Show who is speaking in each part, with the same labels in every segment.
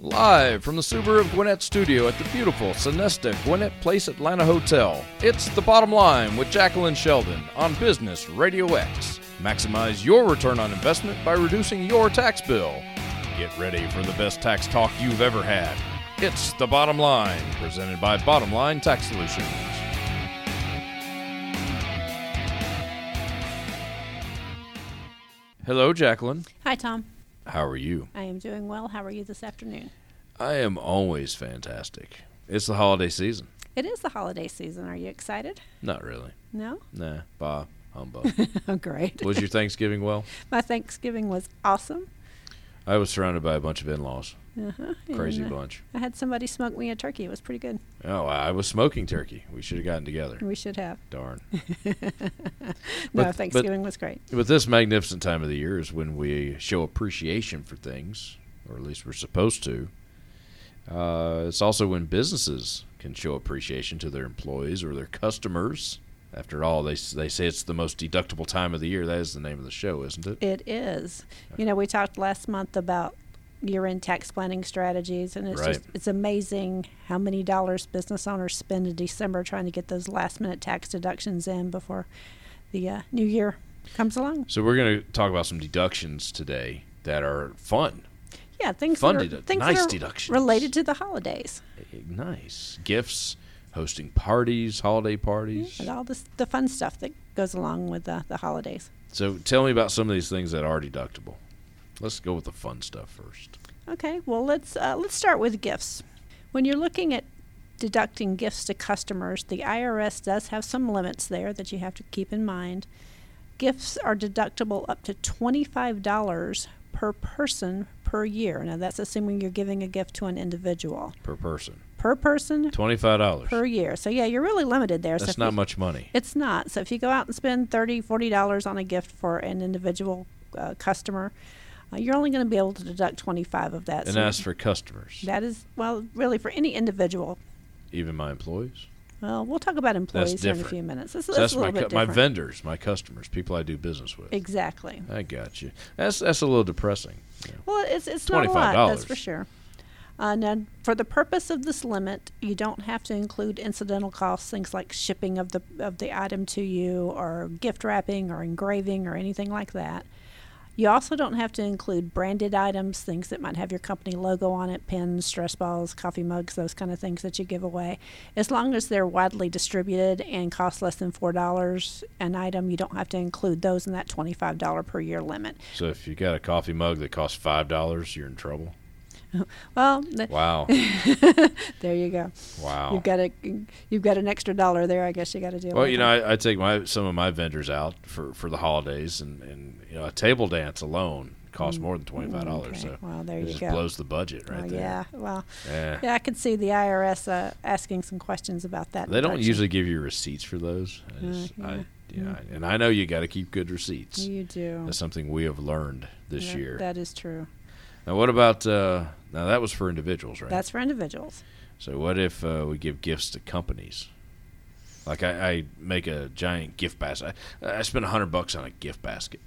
Speaker 1: Live from the Subaru of Gwinnett studio at the beautiful Sinesta Gwinnett Place Atlanta Hotel, it's The Bottom Line with Jacqueline Sheldon on Business Radio X. Maximize your return on investment by reducing your tax bill. Get ready for the best tax talk you've ever had. It's The Bottom Line, presented by Bottom Line Tax Solutions. Hello, Jacqueline.
Speaker 2: Hi, Tom.
Speaker 1: How are you?
Speaker 2: I am doing well. How are you this afternoon?
Speaker 1: I am always fantastic. It's the holiday season.
Speaker 2: It is the holiday season. Are you excited?
Speaker 1: Not really.
Speaker 2: No?
Speaker 1: Nah, bah, humbug.
Speaker 2: Oh, great.
Speaker 1: was your Thanksgiving well?
Speaker 2: My Thanksgiving was awesome.
Speaker 1: I was surrounded by a bunch of in-laws.
Speaker 2: Uh-huh.
Speaker 1: Crazy
Speaker 2: And, uh,
Speaker 1: bunch.
Speaker 2: I had somebody smoke me a turkey. It was pretty good.
Speaker 1: Oh, I I was smoking turkey. We should have gotten together.
Speaker 2: We should have.
Speaker 1: Darn.
Speaker 2: No,
Speaker 1: but-
Speaker 2: Thanksgiving was great.
Speaker 1: But this magnificent time of the year is when we show appreciation for things, or at least we're supposed to. Uh, it's also when businesses can show appreciation to their employees or their customers. After all, they, s- they say it's the most deductible time of the year. That is the name of the show, isn't it?
Speaker 2: It is. You know, we talked last month about year-end tax planning strategies, and it's
Speaker 1: Right.
Speaker 2: just it's amazing how many dollars business owners spend in December trying to get those last-minute tax deductions in before the uh, new year comes along.
Speaker 1: So we're going to talk about some deductions today that are fun.
Speaker 2: Yeah, things
Speaker 1: Fun
Speaker 2: that are,
Speaker 1: dedu-
Speaker 2: things
Speaker 1: nice
Speaker 2: that are
Speaker 1: deductions. Eh,
Speaker 2: related to the holidays.
Speaker 1: Nice. Gifts, hosting parties, holiday parties.
Speaker 2: and all this, the fun stuff that goes along with uh, the holidays.
Speaker 1: So tell me about some of these things that are deductible. Let's go with the fun stuff first.
Speaker 2: Okay, well let's uh, let's start with gifts. When you're looking at deducting gifts to customers, the IRS does have some limits there that you have to keep in mind. Gifts are deductible up to twenty-five dollars per person per year. Now that's assuming you're giving a gift to an individual
Speaker 1: per person.
Speaker 2: per person
Speaker 1: Twenty-five dollars.
Speaker 2: per year. So yeah, you're really limited there. so
Speaker 1: That's
Speaker 2: if
Speaker 1: not
Speaker 2: you-
Speaker 1: much money.
Speaker 2: It's not. So if you go out and spend thirty, forty dollars on a gift for an individual uh, customer, uh, you're only going to be able to deduct twenty-five of that.
Speaker 1: And
Speaker 2: So
Speaker 1: that's for customers,
Speaker 2: that is well, really for any individual.
Speaker 1: even my employees.
Speaker 2: Well, we'll talk about employees here in a
Speaker 1: different.
Speaker 2: few minutes. This,
Speaker 1: So
Speaker 2: this
Speaker 1: that's
Speaker 2: is a
Speaker 1: my
Speaker 2: little
Speaker 1: cu-
Speaker 2: bit
Speaker 1: my
Speaker 2: different.
Speaker 1: vendors, my customers, people I do business with.
Speaker 2: exactly.
Speaker 1: I got you. That's that's a little depressing. Yeah.
Speaker 2: Well, it's it's not a lot.
Speaker 1: $25.
Speaker 2: That's for sure. Uh, now, for the purpose of this limit, you don't have to include incidental costs, things like shipping of the of the item to you, or gift wrapping, or engraving, or anything like that. You also don't have to include branded items, things that might have your company logo on it, pens, stress balls, coffee mugs, those kind of things that you give away. As long as they're widely distributed and cost less than $4 an item, you don't have to include those in that $25 per year limit.
Speaker 1: So if you got a coffee mug that costs five dollars, you're in trouble.
Speaker 2: Well, th-
Speaker 1: Wow,
Speaker 2: there you go.
Speaker 1: wow.
Speaker 2: You've got a you've got an extra dollar there. I guess you got to deal.
Speaker 1: Oh. Well,
Speaker 2: with
Speaker 1: you
Speaker 2: it.
Speaker 1: know, I, I take my some of my vendors out for, for the holidays, and, and you know, a table dance alone costs more than twenty five dollars.
Speaker 2: Mm. Okay.
Speaker 1: So
Speaker 2: well, there
Speaker 1: it
Speaker 2: you
Speaker 1: just
Speaker 2: go.
Speaker 1: blows the budget
Speaker 2: Well,
Speaker 1: right there.
Speaker 2: Yeah. Well,
Speaker 1: Yeah.
Speaker 2: yeah. I could see the IRS uh, asking some questions about that.
Speaker 1: They don't
Speaker 2: deduction.
Speaker 1: usually give you receipts for those. I just- I-
Speaker 2: yeah.
Speaker 1: yeah,
Speaker 2: Mm-hmm.
Speaker 1: I- and I know you got to keep good receipts.
Speaker 2: You do.
Speaker 1: That's something we have learned this
Speaker 2: That-
Speaker 1: year.
Speaker 2: That is true.
Speaker 1: now, what about uh, now? That was for individuals, right?
Speaker 2: That's for individuals.
Speaker 1: so, what if uh, we give gifts to companies? Like I, I make a giant gift basket. I, I spend a hundred bucks on a gift basket.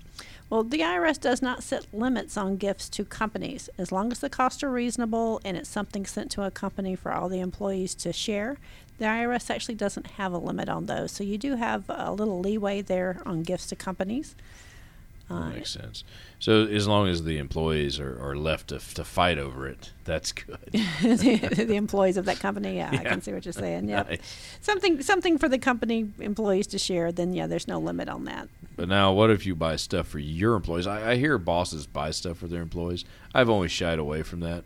Speaker 2: Well, the IRS does not set limits on gifts to companies. As long as the costs are reasonable and it's something sent to a company for all the employees to share, the IRS actually doesn't have a limit on those. So you do have a little leeway there on gifts to companies.
Speaker 1: That makes sense. So, as long as the employees are, are left to, to fight over it, that's good.
Speaker 2: the, the employees of that company. Yeah, I
Speaker 1: Yeah.
Speaker 2: can see what you're saying. Yeah,
Speaker 1: Nice.
Speaker 2: something something for the company employees to share. Then yeah, there's no limit on that.
Speaker 1: But now, what if you buy stuff for your employees? I, I hear bosses buy stuff for their employees. I've always shied away from that.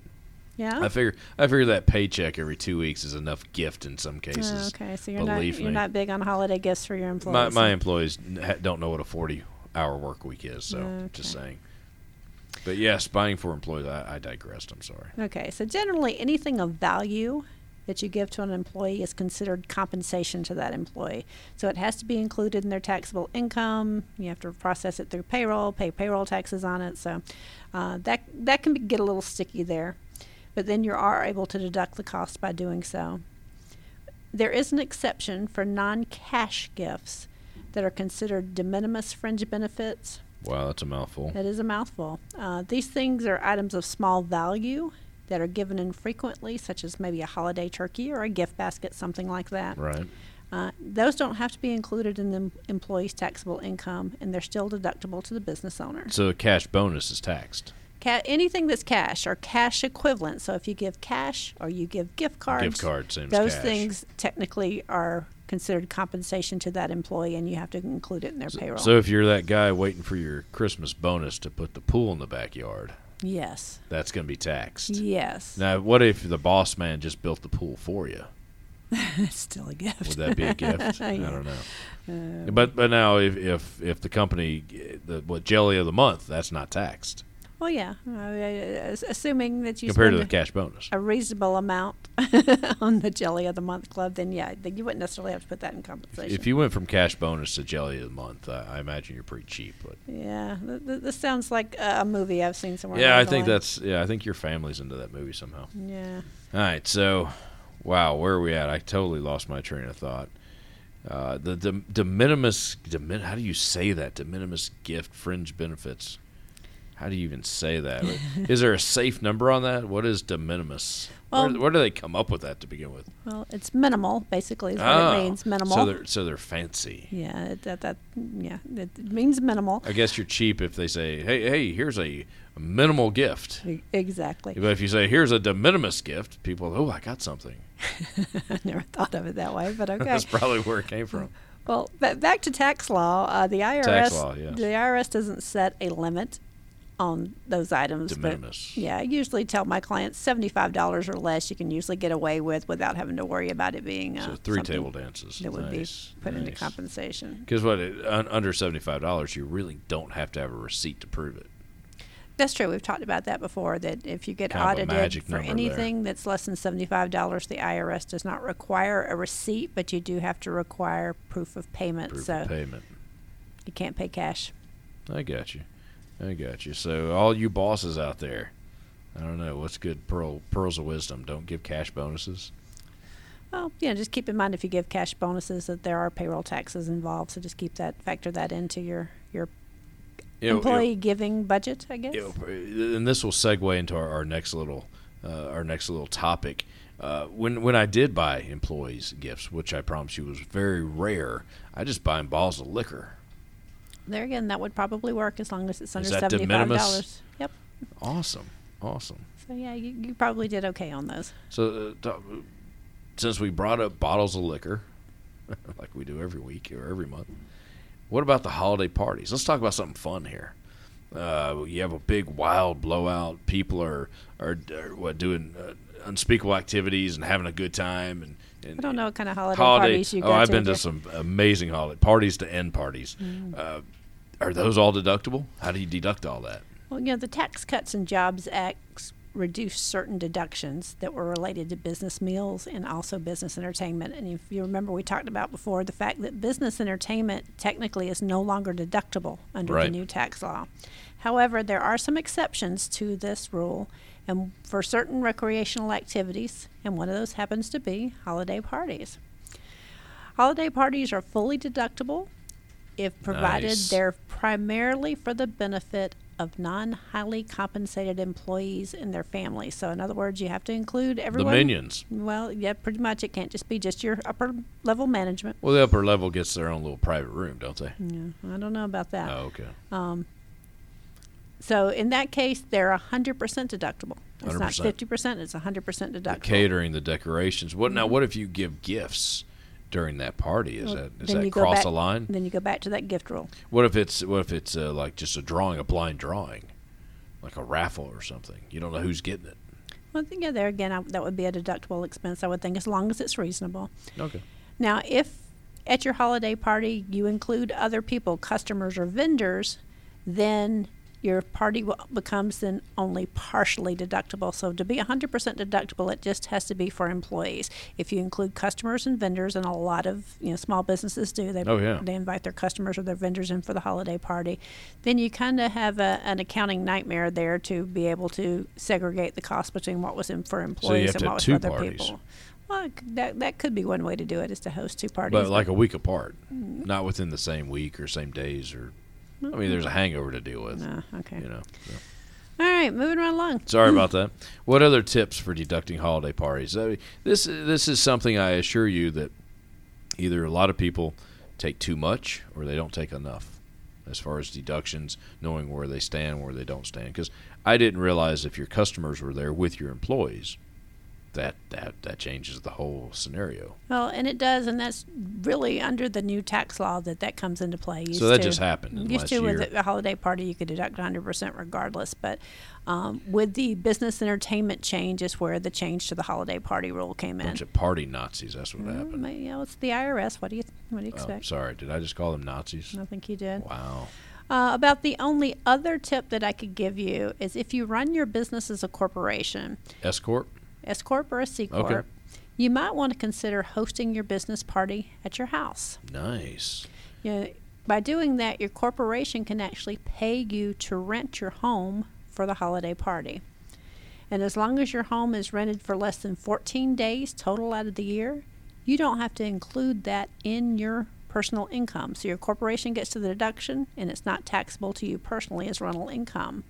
Speaker 2: Yeah.
Speaker 1: I figure I figure that paycheck every two weeks is enough gift in some
Speaker 2: Oh,
Speaker 1: cases.
Speaker 2: okay, so you're not
Speaker 1: believe
Speaker 2: you're
Speaker 1: me.
Speaker 2: not big on holiday gifts for your employees.
Speaker 1: My my employees n- ha- don't know what a forty hour work week is, so
Speaker 2: Okay.
Speaker 1: just saying. But yes, buying for employees. I, I digressed. I'm sorry.
Speaker 2: Okay, so generally anything of value that you give to an employee is considered compensation to that employee. So it has to be included in their taxable income. You have to process it through payroll, pay payroll taxes on it. So uh, that that can be, get a little sticky there, but then you are able to deduct the cost by doing so. There is an exception for non-cash gifts that are considered de minimis fringe benefits.
Speaker 1: Wow, that's a mouthful.
Speaker 2: That is a mouthful. Uh, these things are items of small value, that are given infrequently, such as maybe a holiday turkey or a gift basket, something like that.
Speaker 1: Right.
Speaker 2: Uh, those don't have to be included in the em- employee's taxable income, and they're still deductible to the business owner.
Speaker 1: So cash bonus is taxed.
Speaker 2: Ca- anything that's cash or cash equivalent. So if you give cash or you give gift cards,
Speaker 1: Gift card seems
Speaker 2: those
Speaker 1: cash.
Speaker 2: things technically are considered compensation to that employee, and you have to include it in their payroll.
Speaker 1: So if you're that guy waiting for your Christmas bonus to put the pool in the backyard,
Speaker 2: yes,
Speaker 1: that's going to be taxed.
Speaker 2: yes,
Speaker 1: Now, what if the boss man just built the pool for you?
Speaker 2: it's still a gift.
Speaker 1: Would that be a gift? I
Speaker 2: Yeah. Um,
Speaker 1: don't know. but but now if if, if the company the what jelly of the month that's not taxed
Speaker 2: Well, yeah, I- I- I- assuming that you
Speaker 1: compared to the
Speaker 2: spend
Speaker 1: cash bonus.
Speaker 2: a reasonable amount on the jelly of the month club, then yeah, then you wouldn't necessarily have to put that in compensation.
Speaker 1: If you went from cash bonus to jelly of the month, I, I imagine you're pretty cheap. But
Speaker 2: yeah, th- th- this sounds like a a movie I've seen somewhere.
Speaker 1: yeah, I
Speaker 2: along the
Speaker 1: think
Speaker 2: line.
Speaker 1: that's yeah, I think your family's into that movie somehow.
Speaker 2: yeah.
Speaker 1: All right, so wow, where are we at? I totally lost my train of thought. Uh, the de, de minimis, de, min- how do you say that? De minimis gift fringe benefits. How do you even say that? is there a safe number on that? What is de minimis?
Speaker 2: Well-
Speaker 1: where, where do they come up with that to begin with?
Speaker 2: Well, it's minimal, basically, is what
Speaker 1: Ah,
Speaker 2: it means. Minimal.
Speaker 1: So they're so they're fancy.
Speaker 2: yeah, it- that, that yeah, it means minimal.
Speaker 1: I guess you're cheap if they say, "Hey, hey, here's a minimal gift."
Speaker 2: E- Exactly.
Speaker 1: But if you say, "Here's a de minimis gift," people, "Oh, I got something."
Speaker 2: I never thought of it that way, but okay.
Speaker 1: That's probably where it came from.
Speaker 2: well, ba- back to tax law. Uh, the IRS,
Speaker 1: law, yes.
Speaker 2: the IRS doesn't set a limit on those items.
Speaker 1: De
Speaker 2: but-
Speaker 1: minimis.
Speaker 2: Yeah, I usually tell my clients seventy-five dollars or less you can usually get away with without having to worry about it being uh,
Speaker 1: So three
Speaker 2: something
Speaker 1: table dances.
Speaker 2: that would
Speaker 1: Nice,
Speaker 2: be put into
Speaker 1: nice.
Speaker 2: compensation.
Speaker 1: Because what it, un, under seventy five dollars, you really don't have to have a receipt to prove it.
Speaker 2: That's true. We've talked about that before. That if you get
Speaker 1: Kind of a
Speaker 2: audited
Speaker 1: magic
Speaker 2: for
Speaker 1: number there.
Speaker 2: anything that's less than seventy-five dollars, the IRS does not require a receipt, but you do have to require proof of payment.
Speaker 1: Proof
Speaker 2: so
Speaker 1: of payment.
Speaker 2: you can't pay cash.
Speaker 1: I got you. I got you. So all you bosses out there, I don't know what's good pearl pearls of wisdom. Don't give cash bonuses.
Speaker 2: Well, you know, just keep in mind if you give cash bonuses that there are payroll taxes involved. So just keep that factor that into your your
Speaker 1: It'll- it'll-
Speaker 2: employee giving budget. I guess.
Speaker 1: it'll- and this will segue into our, our next little uh, our next little topic. Uh, when when I did buy employees gifts, which I promise you was very rare, I just buy 'em bottles of liquor.
Speaker 2: There again, that would probably work as long as it's under
Speaker 1: that de
Speaker 2: seventy-five
Speaker 1: minimis?
Speaker 2: dollars. Yep.
Speaker 1: Awesome, awesome.
Speaker 2: So yeah, you, you probably did okay on those.
Speaker 1: So, uh, t- since we brought up bottles of liquor, like we do every week or every month, what about the holiday parties? Let's talk about something fun here. Uh, you have a big wild blowout. People are are, are what doing uh, unspeakable activities and having a good time. And, and
Speaker 2: I don't know what kind of holiday,
Speaker 1: holiday.
Speaker 2: parties you
Speaker 1: oh,
Speaker 2: go
Speaker 1: I've
Speaker 2: to.
Speaker 1: been
Speaker 2: but- Mm.
Speaker 1: to some amazing holiday parties to end parties. Uh, are those all deductible? How do you deduct all that?
Speaker 2: Well, you know, the Tax Cuts and Jobs Act reduced certain deductions that were related to business meals and also business entertainment. And if you remember, we talked about before the fact that business entertainment technically is no longer deductible under
Speaker 1: Right.
Speaker 2: the new tax law. However, there are some exceptions to this rule. And for certain recreational activities, and one of those happens to be holiday parties. Holiday parties are fully deductible if provided
Speaker 1: Nice.
Speaker 2: they're primarily for the benefit of non highly compensated employees and their families. So, in other words, you have to include everyone.
Speaker 1: The minions.
Speaker 2: Well, yeah, pretty much. It can't just be just your upper level management.
Speaker 1: Well, the upper level gets their own little private room, don't they?
Speaker 2: Yeah, I don't know about that.
Speaker 1: Oh, okay.
Speaker 2: So, in that case, they're 100% deductible. It's not
Speaker 1: 100%.
Speaker 2: 50%, it's 100% deductible.
Speaker 1: the catering, the decorations. What now? What if you give gifts during that party? Is
Speaker 2: Mm-hmm. Well,
Speaker 1: that is
Speaker 2: then
Speaker 1: that
Speaker 2: you go
Speaker 1: cross
Speaker 2: back-
Speaker 1: the line?
Speaker 2: Then you go back to that gift rule.
Speaker 1: What if it's what if it's uh, like just a drawing, a blind drawing, like a raffle or something? You don't know who's getting it.
Speaker 2: Well, yeah, there again, I, that would be a deductible expense, I would think, as long as it's reasonable.
Speaker 1: Okay.
Speaker 2: Now, if at your holiday party you include other people, customers or vendors, then your party will, becomes then only partially deductible. So to be 100% deductible, it just has to be for employees. If you include customers and vendors, and a lot of you know small businesses do, they
Speaker 1: Oh, yeah.
Speaker 2: they invite their customers or their vendors in for the holiday party, then you kind of have a, an accounting nightmare there to be able to segregate the cost between what was in for employees
Speaker 1: have to
Speaker 2: and
Speaker 1: have
Speaker 2: what was
Speaker 1: two
Speaker 2: for other
Speaker 1: parties.
Speaker 2: people. Well, it could- that that could be one way to do it is to host two parties.
Speaker 1: But like a week apart,
Speaker 2: Mm-hmm.
Speaker 1: not within the same week or same days or. I mean, there's a hangover to deal with.
Speaker 2: no, okay.
Speaker 1: You know. so.
Speaker 2: All right, moving right along.
Speaker 1: Sorry about that. What other tips for deducting holiday parties? I mean, this this is something I assure you that either a lot of people take too much or they don't take enough as far as deductions, knowing where they stand, where they don't stand. Because I didn't realize if your customers were there with your employees, that that that changes the whole scenario.
Speaker 2: Well, and it does, and that's really under the new tax law that that comes into play. Used
Speaker 1: so that
Speaker 2: to-
Speaker 1: just happened in the
Speaker 2: Used
Speaker 1: last
Speaker 2: to
Speaker 1: year.
Speaker 2: with a holiday party, you could deduct 100% regardless. But um, with the business entertainment change is where the change to the holiday party rule came in. Mm,
Speaker 1: bunch of party Nazis. That's what
Speaker 2: Well,
Speaker 1: happened.
Speaker 2: ma- you know, it's the IRS. What do you what do you
Speaker 1: Oh,
Speaker 2: expect?
Speaker 1: sorry, did I just call them Nazis?
Speaker 2: I think you did.
Speaker 1: Wow.
Speaker 2: Uh, about the only other tip that I could give you is if you run your business as a corporation,
Speaker 1: S corp.
Speaker 2: S corp or a C corp, you might want to consider hosting your business party at your house.
Speaker 1: Nice.
Speaker 2: You know, by doing that, your corporation can actually pay you to rent your home for the holiday party. And as long as your home is rented for less than 14 days total out of the year, you don't have to include that in your personal income. So your corporation gets to the deduction and it's not taxable to you personally as rental income.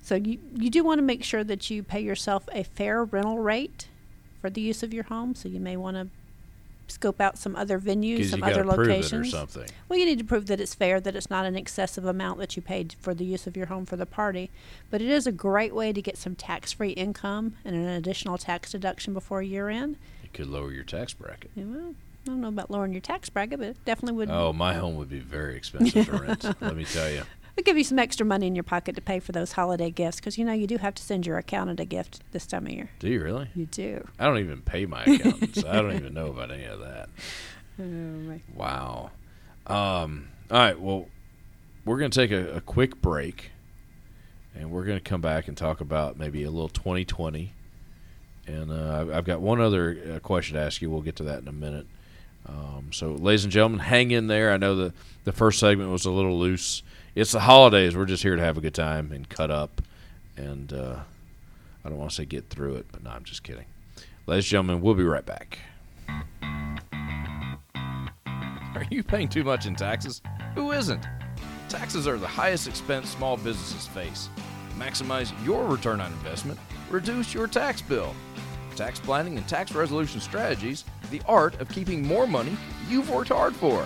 Speaker 2: So you, you do want to make sure that you pay yourself a fair rental rate for the use of your home. So you may want to scope out some other venues,
Speaker 1: Because you
Speaker 2: some
Speaker 1: got
Speaker 2: other
Speaker 1: to prove it or
Speaker 2: locations.
Speaker 1: something.
Speaker 2: Well, you need to prove that it's fair, that it's not an excessive amount that you paid for the use of your home for the party. But it is a great way to get some tax free income and an additional tax deduction before year end.
Speaker 1: It could lower your tax bracket.
Speaker 2: Yeah, well, I don't know about lowering your tax bracket, but it definitely would
Speaker 1: Oh, my home would be very expensive to rent. Let me tell you.
Speaker 2: it'd give you some extra money in your pocket to pay for those holiday gifts because you know you do have to send your accountant a gift this time of year.
Speaker 1: Do you really?
Speaker 2: You do.
Speaker 1: I don't even pay my accountants. I don't even know about any of that. Wow. Um, all right. Well, we're going to take a, a quick break, and we're going to come back and talk about maybe a little 2020. And uh, I've- I've got one other uh, question to ask you. We'll get to that in a minute. Um, so, ladies and gentlemen, hang in there. I know the the first segment was a little loose. It's the holidays. We're just here to have a good time and cut up. And uh, I don't want to say get through it, but no, I'm just kidding. Ladies and gentlemen, we'll be right back. Are you paying too much in taxes? Who isn't? Taxes are the highest expense small businesses face. Maximize your return on investment, reduce your tax bill. Tax planning and tax resolution strategies, the art of keeping more money you've worked hard for.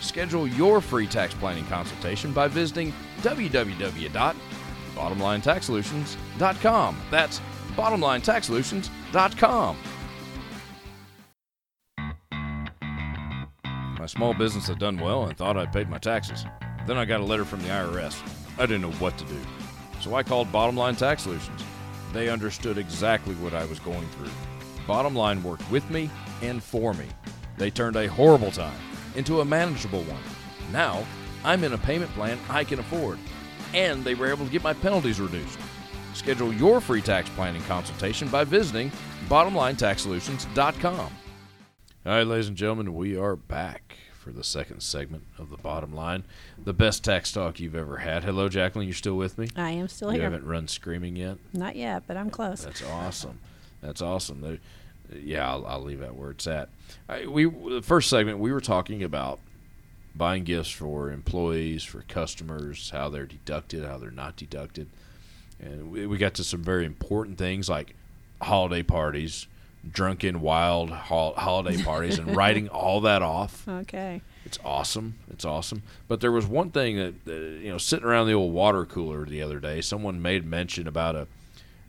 Speaker 1: Schedule your free tax planning consultation by visiting www.bottomlinetaxsolutions.com. That's bottomlinetaxsolutions.com. My small business had done well and thought I'd paid my taxes. Then I got a letter from the IRS. I didn't know what to do. So I called Bottom Line Tax Solutions. They understood exactly what I was going through. Bottom Line worked with me and for me. They turned a horrible time into a manageable one. Now, I'm in a payment plan I can afford, and they were able to get my penalties reduced. Schedule your free tax planning consultation by visiting bottomlinetaxsolutions.com. All right, ladies and gentlemen, we are back for the second segment of the bottom line, the best tax talk you've ever had. Hello, Jacqueline, you're still with me?
Speaker 2: I am still
Speaker 1: you
Speaker 2: here.
Speaker 1: haven't run screaming yet.
Speaker 2: Not yet, but I'm close.
Speaker 1: That's awesome. That's awesome. There- yeah, I'll, I'll leave that where it's at. All right, we the first segment we were talking about buying gifts for employees, for customers, how they're deducted, how they're not deducted, and we, we got to some very important things like holiday parties, drunken wild hol- holiday parties, and writing all that off.
Speaker 2: Okay.
Speaker 1: It's awesome. It's awesome. But there was one thing that, that you know, sitting around the old water cooler the other day, someone made mention about a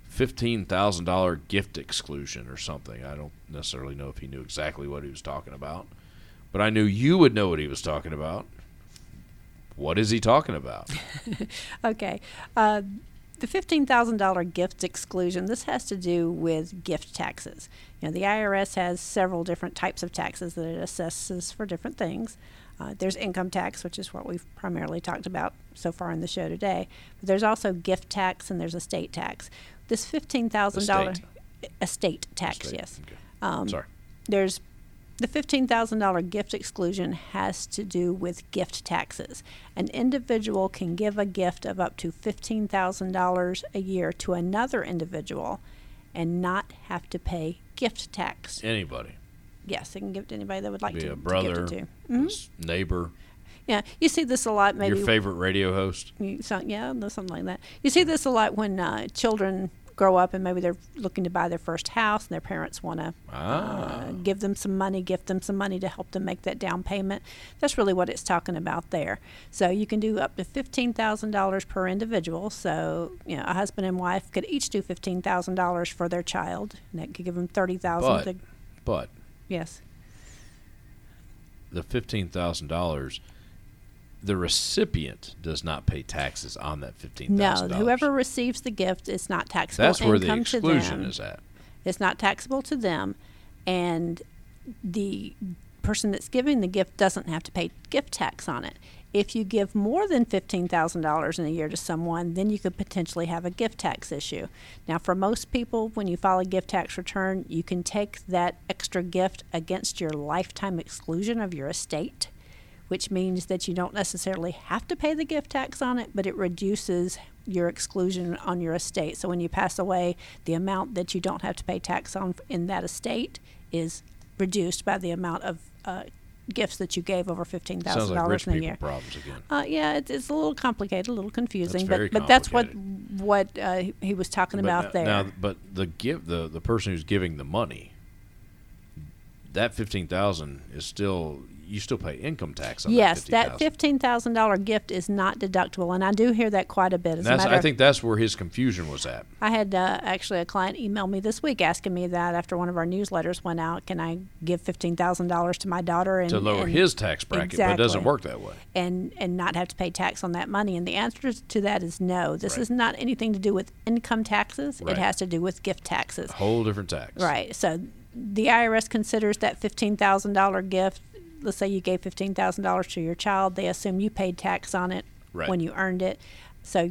Speaker 1: fifteen thousand dollar gift exclusion or something. I don't necessarily know if he knew exactly what he was talking about, but I knew you would know what he was talking about. What is he talking about?
Speaker 2: Okay. Uh, the $15,000 gift exclusion, this has to do with gift taxes. You know, the IRS has several different types of taxes that it assesses for different things. Uh, there's income tax, which is what we've primarily talked about so far in the show today. But there's also gift tax and there's estate tax. This $15,000 estate tax,
Speaker 1: Estate.
Speaker 2: yes.
Speaker 1: Okay.
Speaker 2: Um,
Speaker 1: Sorry.
Speaker 2: there's the $15,000 gift exclusion has to do with gift taxes. An individual can give a gift of up to $15,000 a year to another individual and not have to pay gift tax.
Speaker 1: Anybody?
Speaker 2: Yes, they can give it to anybody that would like
Speaker 1: Be
Speaker 2: to
Speaker 1: a
Speaker 2: to give it
Speaker 1: brother,
Speaker 2: to.
Speaker 1: his neighbor.
Speaker 2: Yeah, you see this a lot. hmm? Maybe
Speaker 1: Your favorite radio host?
Speaker 2: you- so- yeah, no, something like that. You see this a lot when uh, children grow up and maybe they're looking to buy their first house and their parents want to
Speaker 1: Ah.
Speaker 2: uh, give them some money, gift them some money to help them make that down payment. That's really what it's talking about there. So you can do up to fifteen thousand dollars per individual. So you know, a husband and wife could each do fifteen thousand dollars for their child, and that could give them thirty
Speaker 1: But-
Speaker 2: thousand. to
Speaker 1: But
Speaker 2: Yes,
Speaker 1: the $15,000, the recipient does not pay taxes on that $15,000.
Speaker 2: no. Whoever receives the gift, it's not taxable
Speaker 1: That's where the
Speaker 2: income to
Speaker 1: exclusion
Speaker 2: them.
Speaker 1: is at.
Speaker 2: It's not taxable to them, and the person that's giving the gift doesn't have to pay gift tax on it. If you give more than $15,000 in a year to someone, then you could potentially have a gift tax issue. Now, for most people, when you file a gift tax return, you can take that extra gift against your lifetime exclusion of your estate, which means that you don't necessarily have to pay the gift tax on it, but it reduces your exclusion on your estate. So when you pass away, the amount that you don't have to pay tax on in that estate is reduced by the amount of uh, gifts that you gave over fifteen
Speaker 1: Sounds
Speaker 2: thousand
Speaker 1: like rich
Speaker 2: dollars in a
Speaker 1: people
Speaker 2: year.
Speaker 1: problems again.
Speaker 2: Uh, yeah, it's, it's a little complicated, a little confusing,
Speaker 1: very
Speaker 2: but but that's what what uh, he- he was talking
Speaker 1: But
Speaker 2: about
Speaker 1: no-
Speaker 2: there.
Speaker 1: Now, but the give the the person who's giving the money, that fifteen thousand is still you still pay income tax on
Speaker 2: yes,
Speaker 1: that
Speaker 2: that
Speaker 1: fifty thousand.
Speaker 2: fifteen thousand dollar gift is not deductible, and I do hear that quite a bit. As a
Speaker 1: That's
Speaker 2: matter
Speaker 1: I
Speaker 2: of
Speaker 1: think that's where his confusion was at.
Speaker 2: I had uh, actually a client email me this week asking me that after one of our newsletters went out. Can I give fifteen thousand dollars to my daughter and
Speaker 1: To lower
Speaker 2: and,
Speaker 1: his tax bracket, but it doesn't
Speaker 2: Exactly.
Speaker 1: work that way.
Speaker 2: and and not have to pay tax on that money? And the answer to that is no. This
Speaker 1: Right.
Speaker 2: is not anything to do with income taxes.
Speaker 1: Right.
Speaker 2: It has to do with gift taxes.
Speaker 1: Whole different tax.
Speaker 2: Right. So the IRS considers that $15,000 gift. Let's say you gave $15,000 to your child. They assume you paid tax on it
Speaker 1: Right.
Speaker 2: when you earned it. So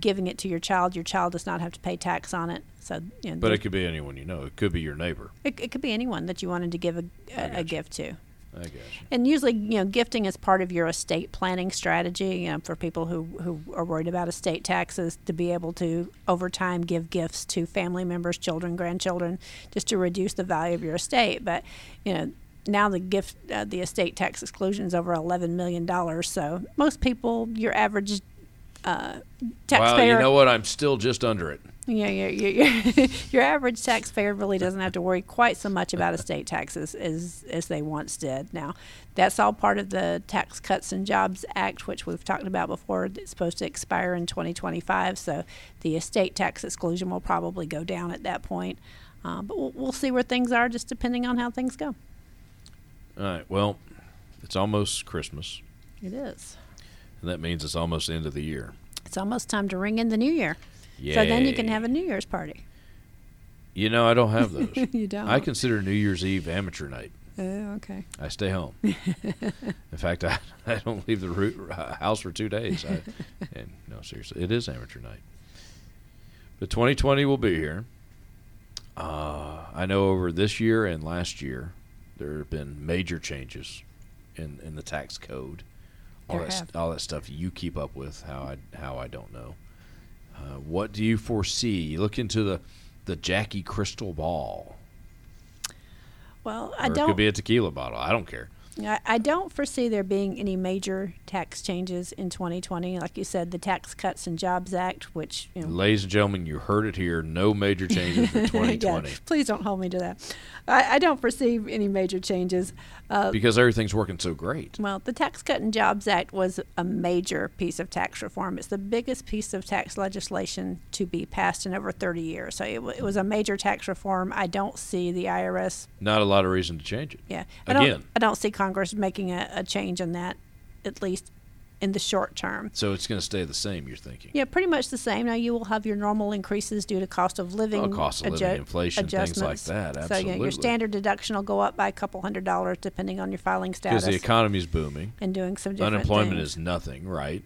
Speaker 2: giving it to your child, your child does not have to pay tax on it. So, you know,
Speaker 1: But
Speaker 2: there-
Speaker 1: it could be anyone you know. It could be your neighbor.
Speaker 2: it, it could be anyone that you wanted to give a,
Speaker 1: got
Speaker 2: a,
Speaker 1: you.
Speaker 2: a gift to.
Speaker 1: I guess.
Speaker 2: And usually, you know, gifting is part of your estate planning strategy you know, for people who, who are worried about estate taxes to be able to, over time, give gifts to family members, children, grandchildren, just to reduce the value of your estate. But, you know, now the gift, uh, the estate tax exclusion is over $11 million. So most people, your average uh,
Speaker 1: Wow,
Speaker 2: taxpayer,
Speaker 1: you know what? I'm still just under it.
Speaker 2: yeah, yeah, yeah, yeah. your average taxpayer really doesn't have to worry quite so much about estate taxes as as they once did. Now, that's all part of the Tax Cuts and Jobs Act, which we've talked about before. It's supposed to expire in 2025, so the estate tax exclusion will probably go down at that point. Uh, but we'll, we'll see where things are, just depending on how things go.
Speaker 1: All right. Well, it's almost Christmas,
Speaker 2: It is.
Speaker 1: and that means it's almost the end of the year.
Speaker 2: It's almost time to ring in the new year.
Speaker 1: Yay.
Speaker 2: So then you can have a New Year's party.
Speaker 1: You know, I don't have those.
Speaker 2: you don't.
Speaker 1: I consider New Year's Eve amateur night.
Speaker 2: Oh, okay.
Speaker 1: I stay home. In fact, I, I don't leave the root, uh, house for two days. I, and no, seriously, it is amateur night. But 2020 will be here. Uh, I know over this year and last year, there have been major changes in, in the tax code. All
Speaker 2: There
Speaker 1: that,
Speaker 2: have.
Speaker 1: st- all that stuff you keep up with. How I how I don't know. Uh, what do you foresee? You look into the the Jackie Crystal ball,
Speaker 2: Well, I
Speaker 1: or
Speaker 2: don't.
Speaker 1: it could be a tequila bottle. I don't care.
Speaker 2: I I don't foresee there being any major tax changes in 2020. Like you said, the Tax Cuts and Jobs Act, which you know,
Speaker 1: Ladies and gentlemen, you heard it here. No major changes for 2020
Speaker 2: Yeah, please don't hold me to that. I, I don't foresee any major changes. Uh,
Speaker 1: because everything's working so great.
Speaker 2: well, the Tax Cut and Jobs Act was a major piece of tax reform. It's the biggest piece of tax legislation to be passed in over 30 years. So it, wa- it was a major tax reform. I don't see the IRS
Speaker 1: Not a lot of reason to change it.
Speaker 2: Yeah. I don't,
Speaker 1: Again.
Speaker 2: I don't see Congress making a, a change in that, at least in the short term.
Speaker 1: So it's going to stay the same, you're thinking.
Speaker 2: Yeah, pretty much the same. Now you will have your normal increases due to cost of living,
Speaker 1: Well, Oh, cost of living,
Speaker 2: adju-
Speaker 1: inflation, things like
Speaker 2: adjustments.
Speaker 1: that,
Speaker 2: So you know,
Speaker 1: absolutely.
Speaker 2: your standard deduction will go up by a couple hundred dollars depending on your filing
Speaker 1: Because
Speaker 2: status
Speaker 1: the economy's booming.
Speaker 2: and doing some different
Speaker 1: Unemployment
Speaker 2: things.
Speaker 1: is nothing, right?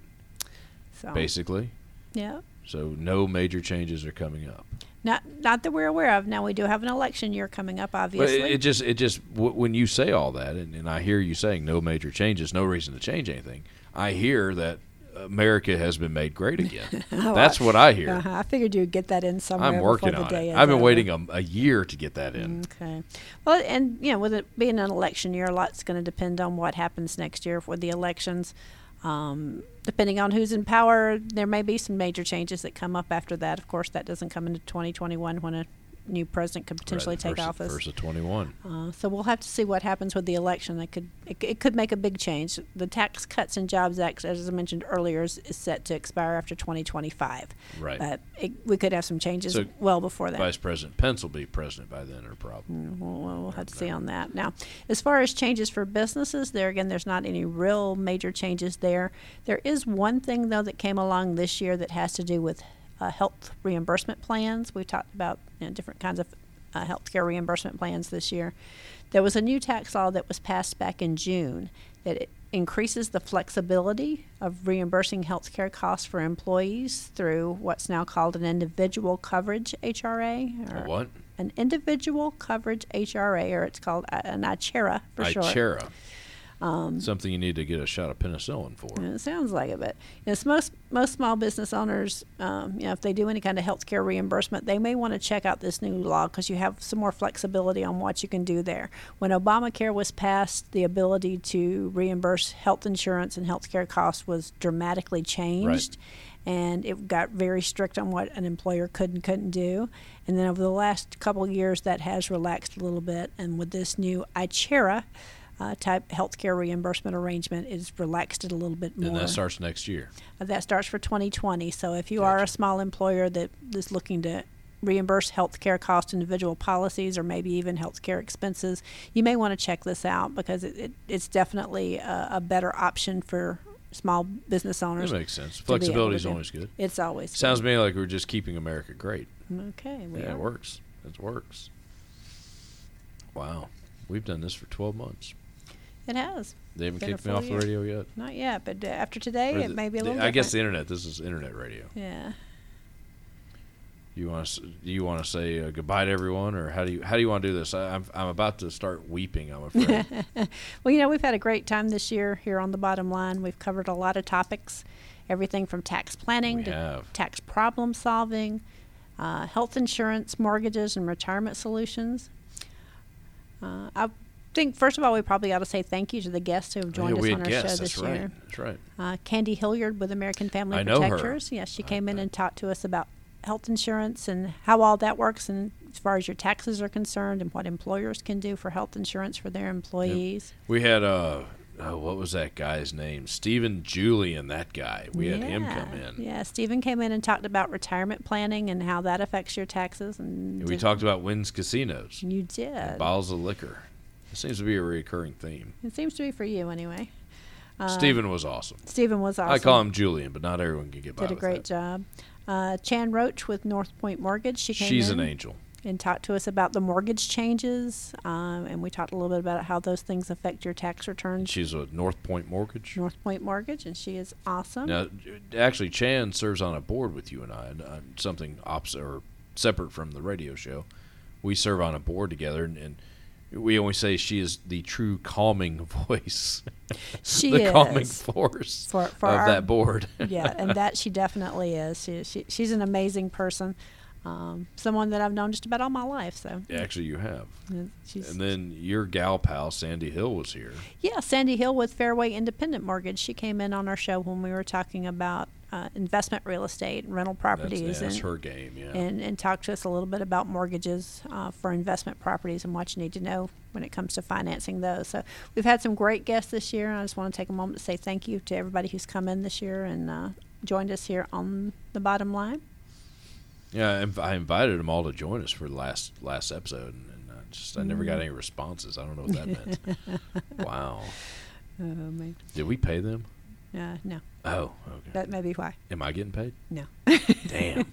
Speaker 2: so,
Speaker 1: Basically.
Speaker 2: Yeah,
Speaker 1: So no major changes are coming up.
Speaker 2: not not that we're aware of. Now we do have an election year coming up,
Speaker 1: But
Speaker 2: obviously.
Speaker 1: it, it just, it just, w- when you say all that, and, and I hear you saying no major changes, no reason to change anything, I hear that America has been made great again. That's what I hear.
Speaker 2: Uh-huh. Oh, I figured you'd get that in somewhere.
Speaker 1: I'm working
Speaker 2: before
Speaker 1: on
Speaker 2: the day
Speaker 1: it.
Speaker 2: is
Speaker 1: I've been
Speaker 2: over.
Speaker 1: waiting a, a year to get that in.
Speaker 2: Mm, Okay. Well, and you know, with it being an election year, a lot's going to depend on what happens next year with the elections. Um, depending on who's in power, there may be some major changes that come up after that. Of course, that doesn't come into 2021 when a new president could potentially
Speaker 1: Right,
Speaker 2: take
Speaker 1: first,
Speaker 2: office.
Speaker 1: First of 21.
Speaker 2: Uh, so we'll have to see what happens with the election. It could it, c- it could make a big change. The Tax Cuts and Jobs Act, as I mentioned earlier, is, is set to expire after 2025.
Speaker 1: Right.
Speaker 2: But it, we could have some changes
Speaker 1: So,
Speaker 2: well before that.
Speaker 1: Vice President Pence will be president by then, no problem.
Speaker 2: Mm, We'll, we'll we'll have to see on that. Now, as far as changes for businesses, there again, there's not any real major changes there. There is one thing, though, that came along this year that has to do with uh, health reimbursement plans. We talked about you know, different kinds of uh, healthcare reimbursement plans this year. There was a new tax law that was passed back in June that it increases the flexibility of reimbursing healthcare costs for employees through what's now called an individual coverage HRA.
Speaker 1: A
Speaker 2: or-
Speaker 1: What?
Speaker 2: an individual coverage HRA, or it's called E a- an ICHRA for
Speaker 1: E
Speaker 2: Um, short.
Speaker 1: Ichera. Something you need to get a shot of penicillin for.
Speaker 2: It sounds like it, but it's most most small business owners. Um, you know, if they do any kind of healthcare reimbursement, they may want to check out this new law because you have some more flexibility on what you can do there. When Obamacare was passed, the ability to reimburse health insurance and healthcare costs was dramatically changed. and it got very strict on what an employer could and couldn't do. And then over the last couple of years, that has relaxed a little bit. And with this new ICHERA uh, type healthcare reimbursement arrangement, it's relaxed it a little bit more.
Speaker 1: And that starts next year.
Speaker 2: Uh, that starts for 2020. So if you are a
Speaker 1: Gotcha.
Speaker 2: small employer that is looking to reimburse healthcare cost individual policies or maybe even healthcare expenses, you may want to check this out because it, it, it's definitely a, a better option for small business owners.
Speaker 1: That makes sense.
Speaker 2: be able to
Speaker 1: Flexibility is
Speaker 2: do.
Speaker 1: always good.
Speaker 2: It's always good.
Speaker 1: Sounds to me like we're just keeping America great.
Speaker 2: okay. we
Speaker 1: Yeah,
Speaker 2: are.
Speaker 1: it works. It works. Wow. We've done this for 12 months.
Speaker 2: It has
Speaker 1: They haven't
Speaker 2: Been a
Speaker 1: kicked me
Speaker 2: full
Speaker 1: off the
Speaker 2: year.
Speaker 1: radio yet.
Speaker 2: not yet, but uh, after today,
Speaker 1: Or
Speaker 2: it
Speaker 1: the-
Speaker 2: may be a
Speaker 1: the-
Speaker 2: little.
Speaker 1: I guess the
Speaker 2: different.
Speaker 1: internet. This is internet radio.
Speaker 2: Yeah.
Speaker 1: You want to? Do you want to say uh, goodbye to everyone, or how do you? How do you want to do this? I, I'm I'm about to start weeping. I'm afraid.
Speaker 2: Well, you know, we've had a great time this year here on the bottom line. We've covered a lot of topics, everything from tax planning
Speaker 1: We
Speaker 2: to
Speaker 1: have.
Speaker 2: tax problem solving, uh, health insurance, mortgages, and retirement solutions. Uh, I think first of all, we probably ought to say thank you to the guests who have
Speaker 1: Oh, yeah,
Speaker 2: joined
Speaker 1: we
Speaker 2: us
Speaker 1: had
Speaker 2: on our
Speaker 1: guests.
Speaker 2: show this
Speaker 1: That's right.
Speaker 2: year.
Speaker 1: That's right.
Speaker 2: Uh, Candy Hilliard with American Family
Speaker 1: I know her.
Speaker 2: Protectors. Yes, she
Speaker 1: I-
Speaker 2: came in
Speaker 1: I-
Speaker 2: and talked to us about health insurance and how all that works, and as far as your taxes are concerned, and what employers can do for health insurance for their employees.
Speaker 1: We had uh, oh, what was that guy's name? Stephen Julian. That guy. We had him come
Speaker 2: Yeah.
Speaker 1: in.
Speaker 2: Yeah, Stephen came in and talked about retirement planning and how that affects your taxes. And
Speaker 1: And we
Speaker 2: did-
Speaker 1: talked about wins casinos,
Speaker 2: You
Speaker 1: and
Speaker 2: did.
Speaker 1: bottles of liquor. It seems to be a recurring theme.
Speaker 2: It seems to be for you anyway.
Speaker 1: Stephen was awesome.
Speaker 2: Stephen was Uh, awesome.
Speaker 1: I call him Julian, but not everyone can get by
Speaker 2: Did a
Speaker 1: with
Speaker 2: great
Speaker 1: that.
Speaker 2: job. Uh, Chan Roach with North Point Mortgage. She came
Speaker 1: She's
Speaker 2: in.
Speaker 1: an angel.
Speaker 2: and talked to us about the mortgage changes. Um, and we talked a little bit about how those things affect your tax returns.
Speaker 1: She's a North Point Mortgage.
Speaker 2: North Point Mortgage, and she is awesome.
Speaker 1: Now, actually, Chan serves on a board with you and I, and, uh, something opposite or separate from the radio show. We serve on a board together, and, and we always say she is the true calming voice,
Speaker 2: she
Speaker 1: the
Speaker 2: is
Speaker 1: calming force
Speaker 2: for, for
Speaker 1: of
Speaker 2: our,
Speaker 1: that board.
Speaker 2: yeah, and that she definitely is. She, she, she's an amazing person, um, someone that I've known just about all my life. So
Speaker 1: actually, you have.
Speaker 2: uh, she's
Speaker 1: And then your gal pal Sandy Hill was here.
Speaker 2: Yeah, Sandy Hill with Fairway Independent Mortgage. She came in on our show when we were talking about uh, investment real estate and rental
Speaker 1: That's,
Speaker 2: properties
Speaker 1: yeah, that's
Speaker 2: and,
Speaker 1: her game. Yeah.
Speaker 2: and, and talked to us a little bit about mortgages uh, for investment properties and what you need to know when it comes to financing those. So we've had some great guests this year, and I just want to take a moment to say thank you to everybody who's come in this year and uh, joined us here on the bottom line.
Speaker 1: Yeah, I inv- I invited them all to join us for the last last episode, and, and I just I never
Speaker 2: Mm.
Speaker 1: got any responses. I don't know what that meant. wow,
Speaker 2: Oh, man.
Speaker 1: did we pay them?
Speaker 2: Uh, no,
Speaker 1: Oh, okay.
Speaker 2: that may be why.
Speaker 1: Am I getting paid?
Speaker 2: No.
Speaker 1: Damn.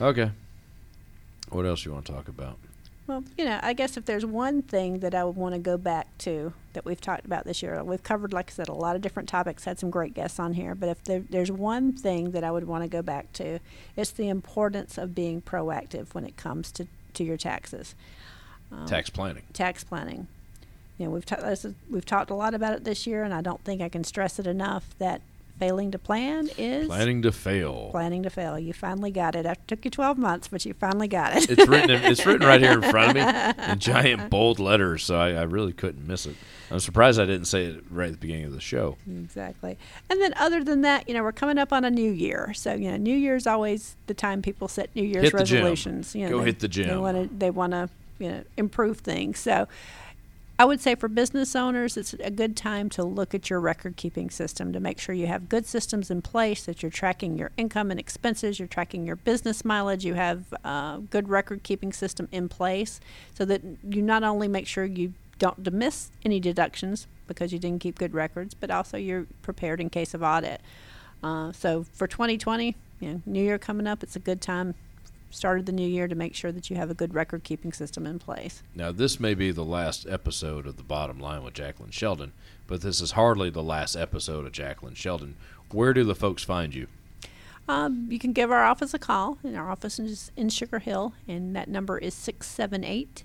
Speaker 1: okay. What else you want to talk about?
Speaker 2: Well, you know, I guess if there's one thing that I would want to go back to that we've talked about this year, we've covered, like I said, a lot of different topics, had some great guests on here, but if there, there's one thing that I would want to go back to, it's the importance of being proactive when it comes to, to your taxes, Um,
Speaker 1: Tax planning.
Speaker 2: tax planning. You know, we've, ta- this is- we've talked a lot about it this year, and I don't think I can stress it enough that Failing to plan is
Speaker 1: Planning to fail.
Speaker 2: planning to fail. You finally got it. It took you 12 months, but you finally got it.
Speaker 1: It's written. It's written right here in front of me in giant bold letters, so I, I really couldn't miss it. I'm surprised I didn't say it right at the beginning of the show.
Speaker 2: Exactly. And then, other than that, you know, we're coming up on a new year. So, you know, New Year's always the time people set New Year's
Speaker 1: Hit the gym.
Speaker 2: resolutions. You know,
Speaker 1: Go
Speaker 2: they,
Speaker 1: hit the
Speaker 2: They
Speaker 1: gym.
Speaker 2: want to, they want to, you know, improve things. So, I would say for business owners, it's a good time to look at your record keeping system to make sure you have good systems in place, that you're tracking your income and expenses, you're tracking your business mileage, you have a good record keeping system in place so that you not only make sure you don't de- miss any deductions because you didn't keep good records, but also you're prepared in case of audit. Uh, so for 2020, you know, New Year coming up, it's a good time, start of the new year, to make sure that you have a good record keeping system in place.
Speaker 1: Now, this may be the last episode of The Bottom Line with Jacqueline Sheldon, but this is hardly the last episode of Jacqueline Sheldon. Where do the folks find you?
Speaker 2: Um, you can give our office a call, and our office is in Sugar Hill, and that number is 678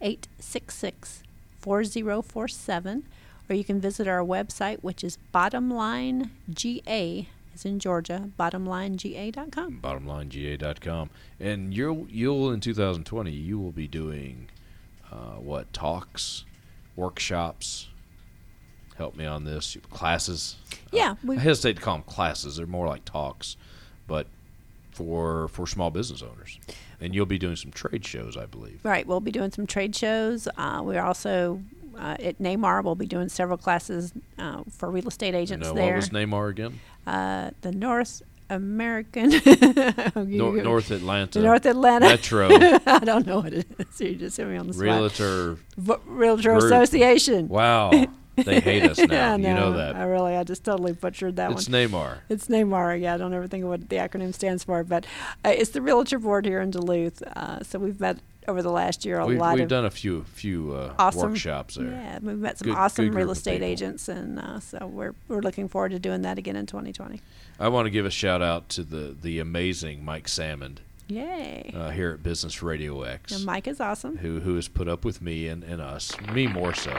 Speaker 2: 866 4047. Or you can visit our website, which is bottomlineGA, as in Georgia, bottomlineGA.com.
Speaker 1: BottomLineGA.com. And you'll, you'll, in 2020, you will be doing uh, what? Talks, workshops. Help me on this. Classes.
Speaker 2: Yeah,
Speaker 1: I
Speaker 2: we,
Speaker 1: hesitate to call them classes. They're more like talks, but for for small business owners. And you'll be doing some trade shows, I believe.
Speaker 2: right. We'll be doing some trade shows. Uh, we're also uh, at Neymar, we'll be doing several classes uh, for real estate agents
Speaker 1: Now,
Speaker 2: there.
Speaker 1: what was Neymar again?
Speaker 2: uh, the North American.
Speaker 1: Nor-
Speaker 2: You-
Speaker 1: North Atlanta.
Speaker 2: The North Atlanta.
Speaker 1: Metro
Speaker 2: I don't know what it is. You just hit me on the spot.
Speaker 1: Realtor.
Speaker 2: V- Realtor
Speaker 1: Group.
Speaker 2: Association.
Speaker 1: Wow, they hate us now.
Speaker 2: I
Speaker 1: You know that.
Speaker 2: I really, I just totally butchered that
Speaker 1: it's
Speaker 2: one.
Speaker 1: Neymar.
Speaker 2: It's NAMAR. Yeah, I don't ever think of what the acronym stands for, but uh, it's the Realtor Board here in Duluth. Uh, so we've met over the last year a
Speaker 1: We've,
Speaker 2: lot
Speaker 1: we've
Speaker 2: of
Speaker 1: done a few few uh,
Speaker 2: awesome
Speaker 1: workshops there.
Speaker 2: Yeah, we've met some
Speaker 1: Good- good
Speaker 2: awesome
Speaker 1: group
Speaker 2: real
Speaker 1: of
Speaker 2: estate
Speaker 1: people.
Speaker 2: agents, and uh, so we're we're looking forward to doing that again in 2020.
Speaker 1: I want to give a shout out to the the amazing Mike Salmon
Speaker 2: Yay!
Speaker 1: uh, here at Business Radio X.
Speaker 2: and Mike is awesome.
Speaker 1: who who has put up with me and, and us, me more so.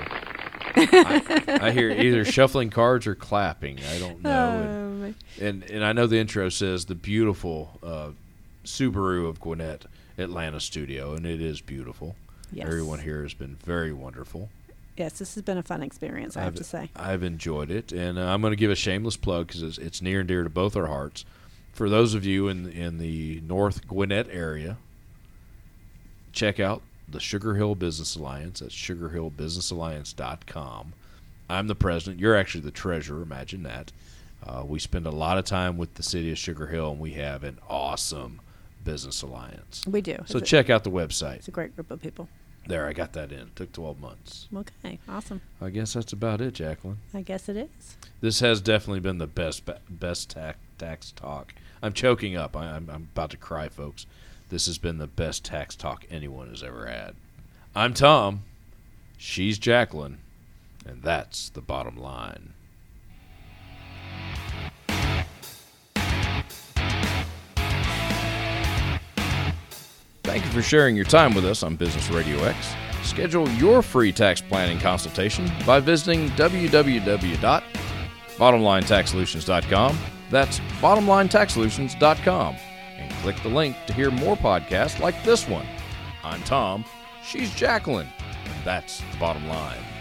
Speaker 1: I, I hear either shuffling cards or clapping. I don't know.
Speaker 2: Um,
Speaker 1: And and, and I know the intro says the beautiful uh, Subaru of Gwinnett Atlanta studio, and it is beautiful.
Speaker 2: yes.
Speaker 1: Everyone here has been very wonderful.
Speaker 2: Yes, this has been a fun experience. I have
Speaker 1: I've-
Speaker 2: to say.
Speaker 1: I've enjoyed it, and uh, I'm going to give a shameless plug because it's, it's near and dear to both our hearts. For those of you in in the North Gwinnett area, check out the Sugar Hill Business Alliance at sugarhillbusinessalliance.com. I'm the president. You're actually the treasurer. Imagine that. Uh, we spend a lot of time with the city of Sugar Hill, and we have an awesome business alliance.
Speaker 2: We do.
Speaker 1: So
Speaker 2: It's a-
Speaker 1: check out the website.
Speaker 2: It's a great group of people.
Speaker 1: There, I got that in. took 12 months.
Speaker 2: Okay, awesome.
Speaker 1: I guess that's about it, Jacqueline.
Speaker 2: I guess it is.
Speaker 1: This has definitely been the best ba- best tax tax talk. I'm choking up. I, I'm I'm about to cry, folks. This has been the best tax talk anyone has ever had. I'm Tom. She's Jacqueline, and that's the bottom line. Thank you for sharing your time with us on Business Radio X. Schedule your free tax planning consultation by visiting www.bottomlinetaxsolutions.com. That's bottomlinetaxsolutions.com. And click the link to hear more podcasts like this one. I'm Tom, she's Jacqueline, and that's the bottom line.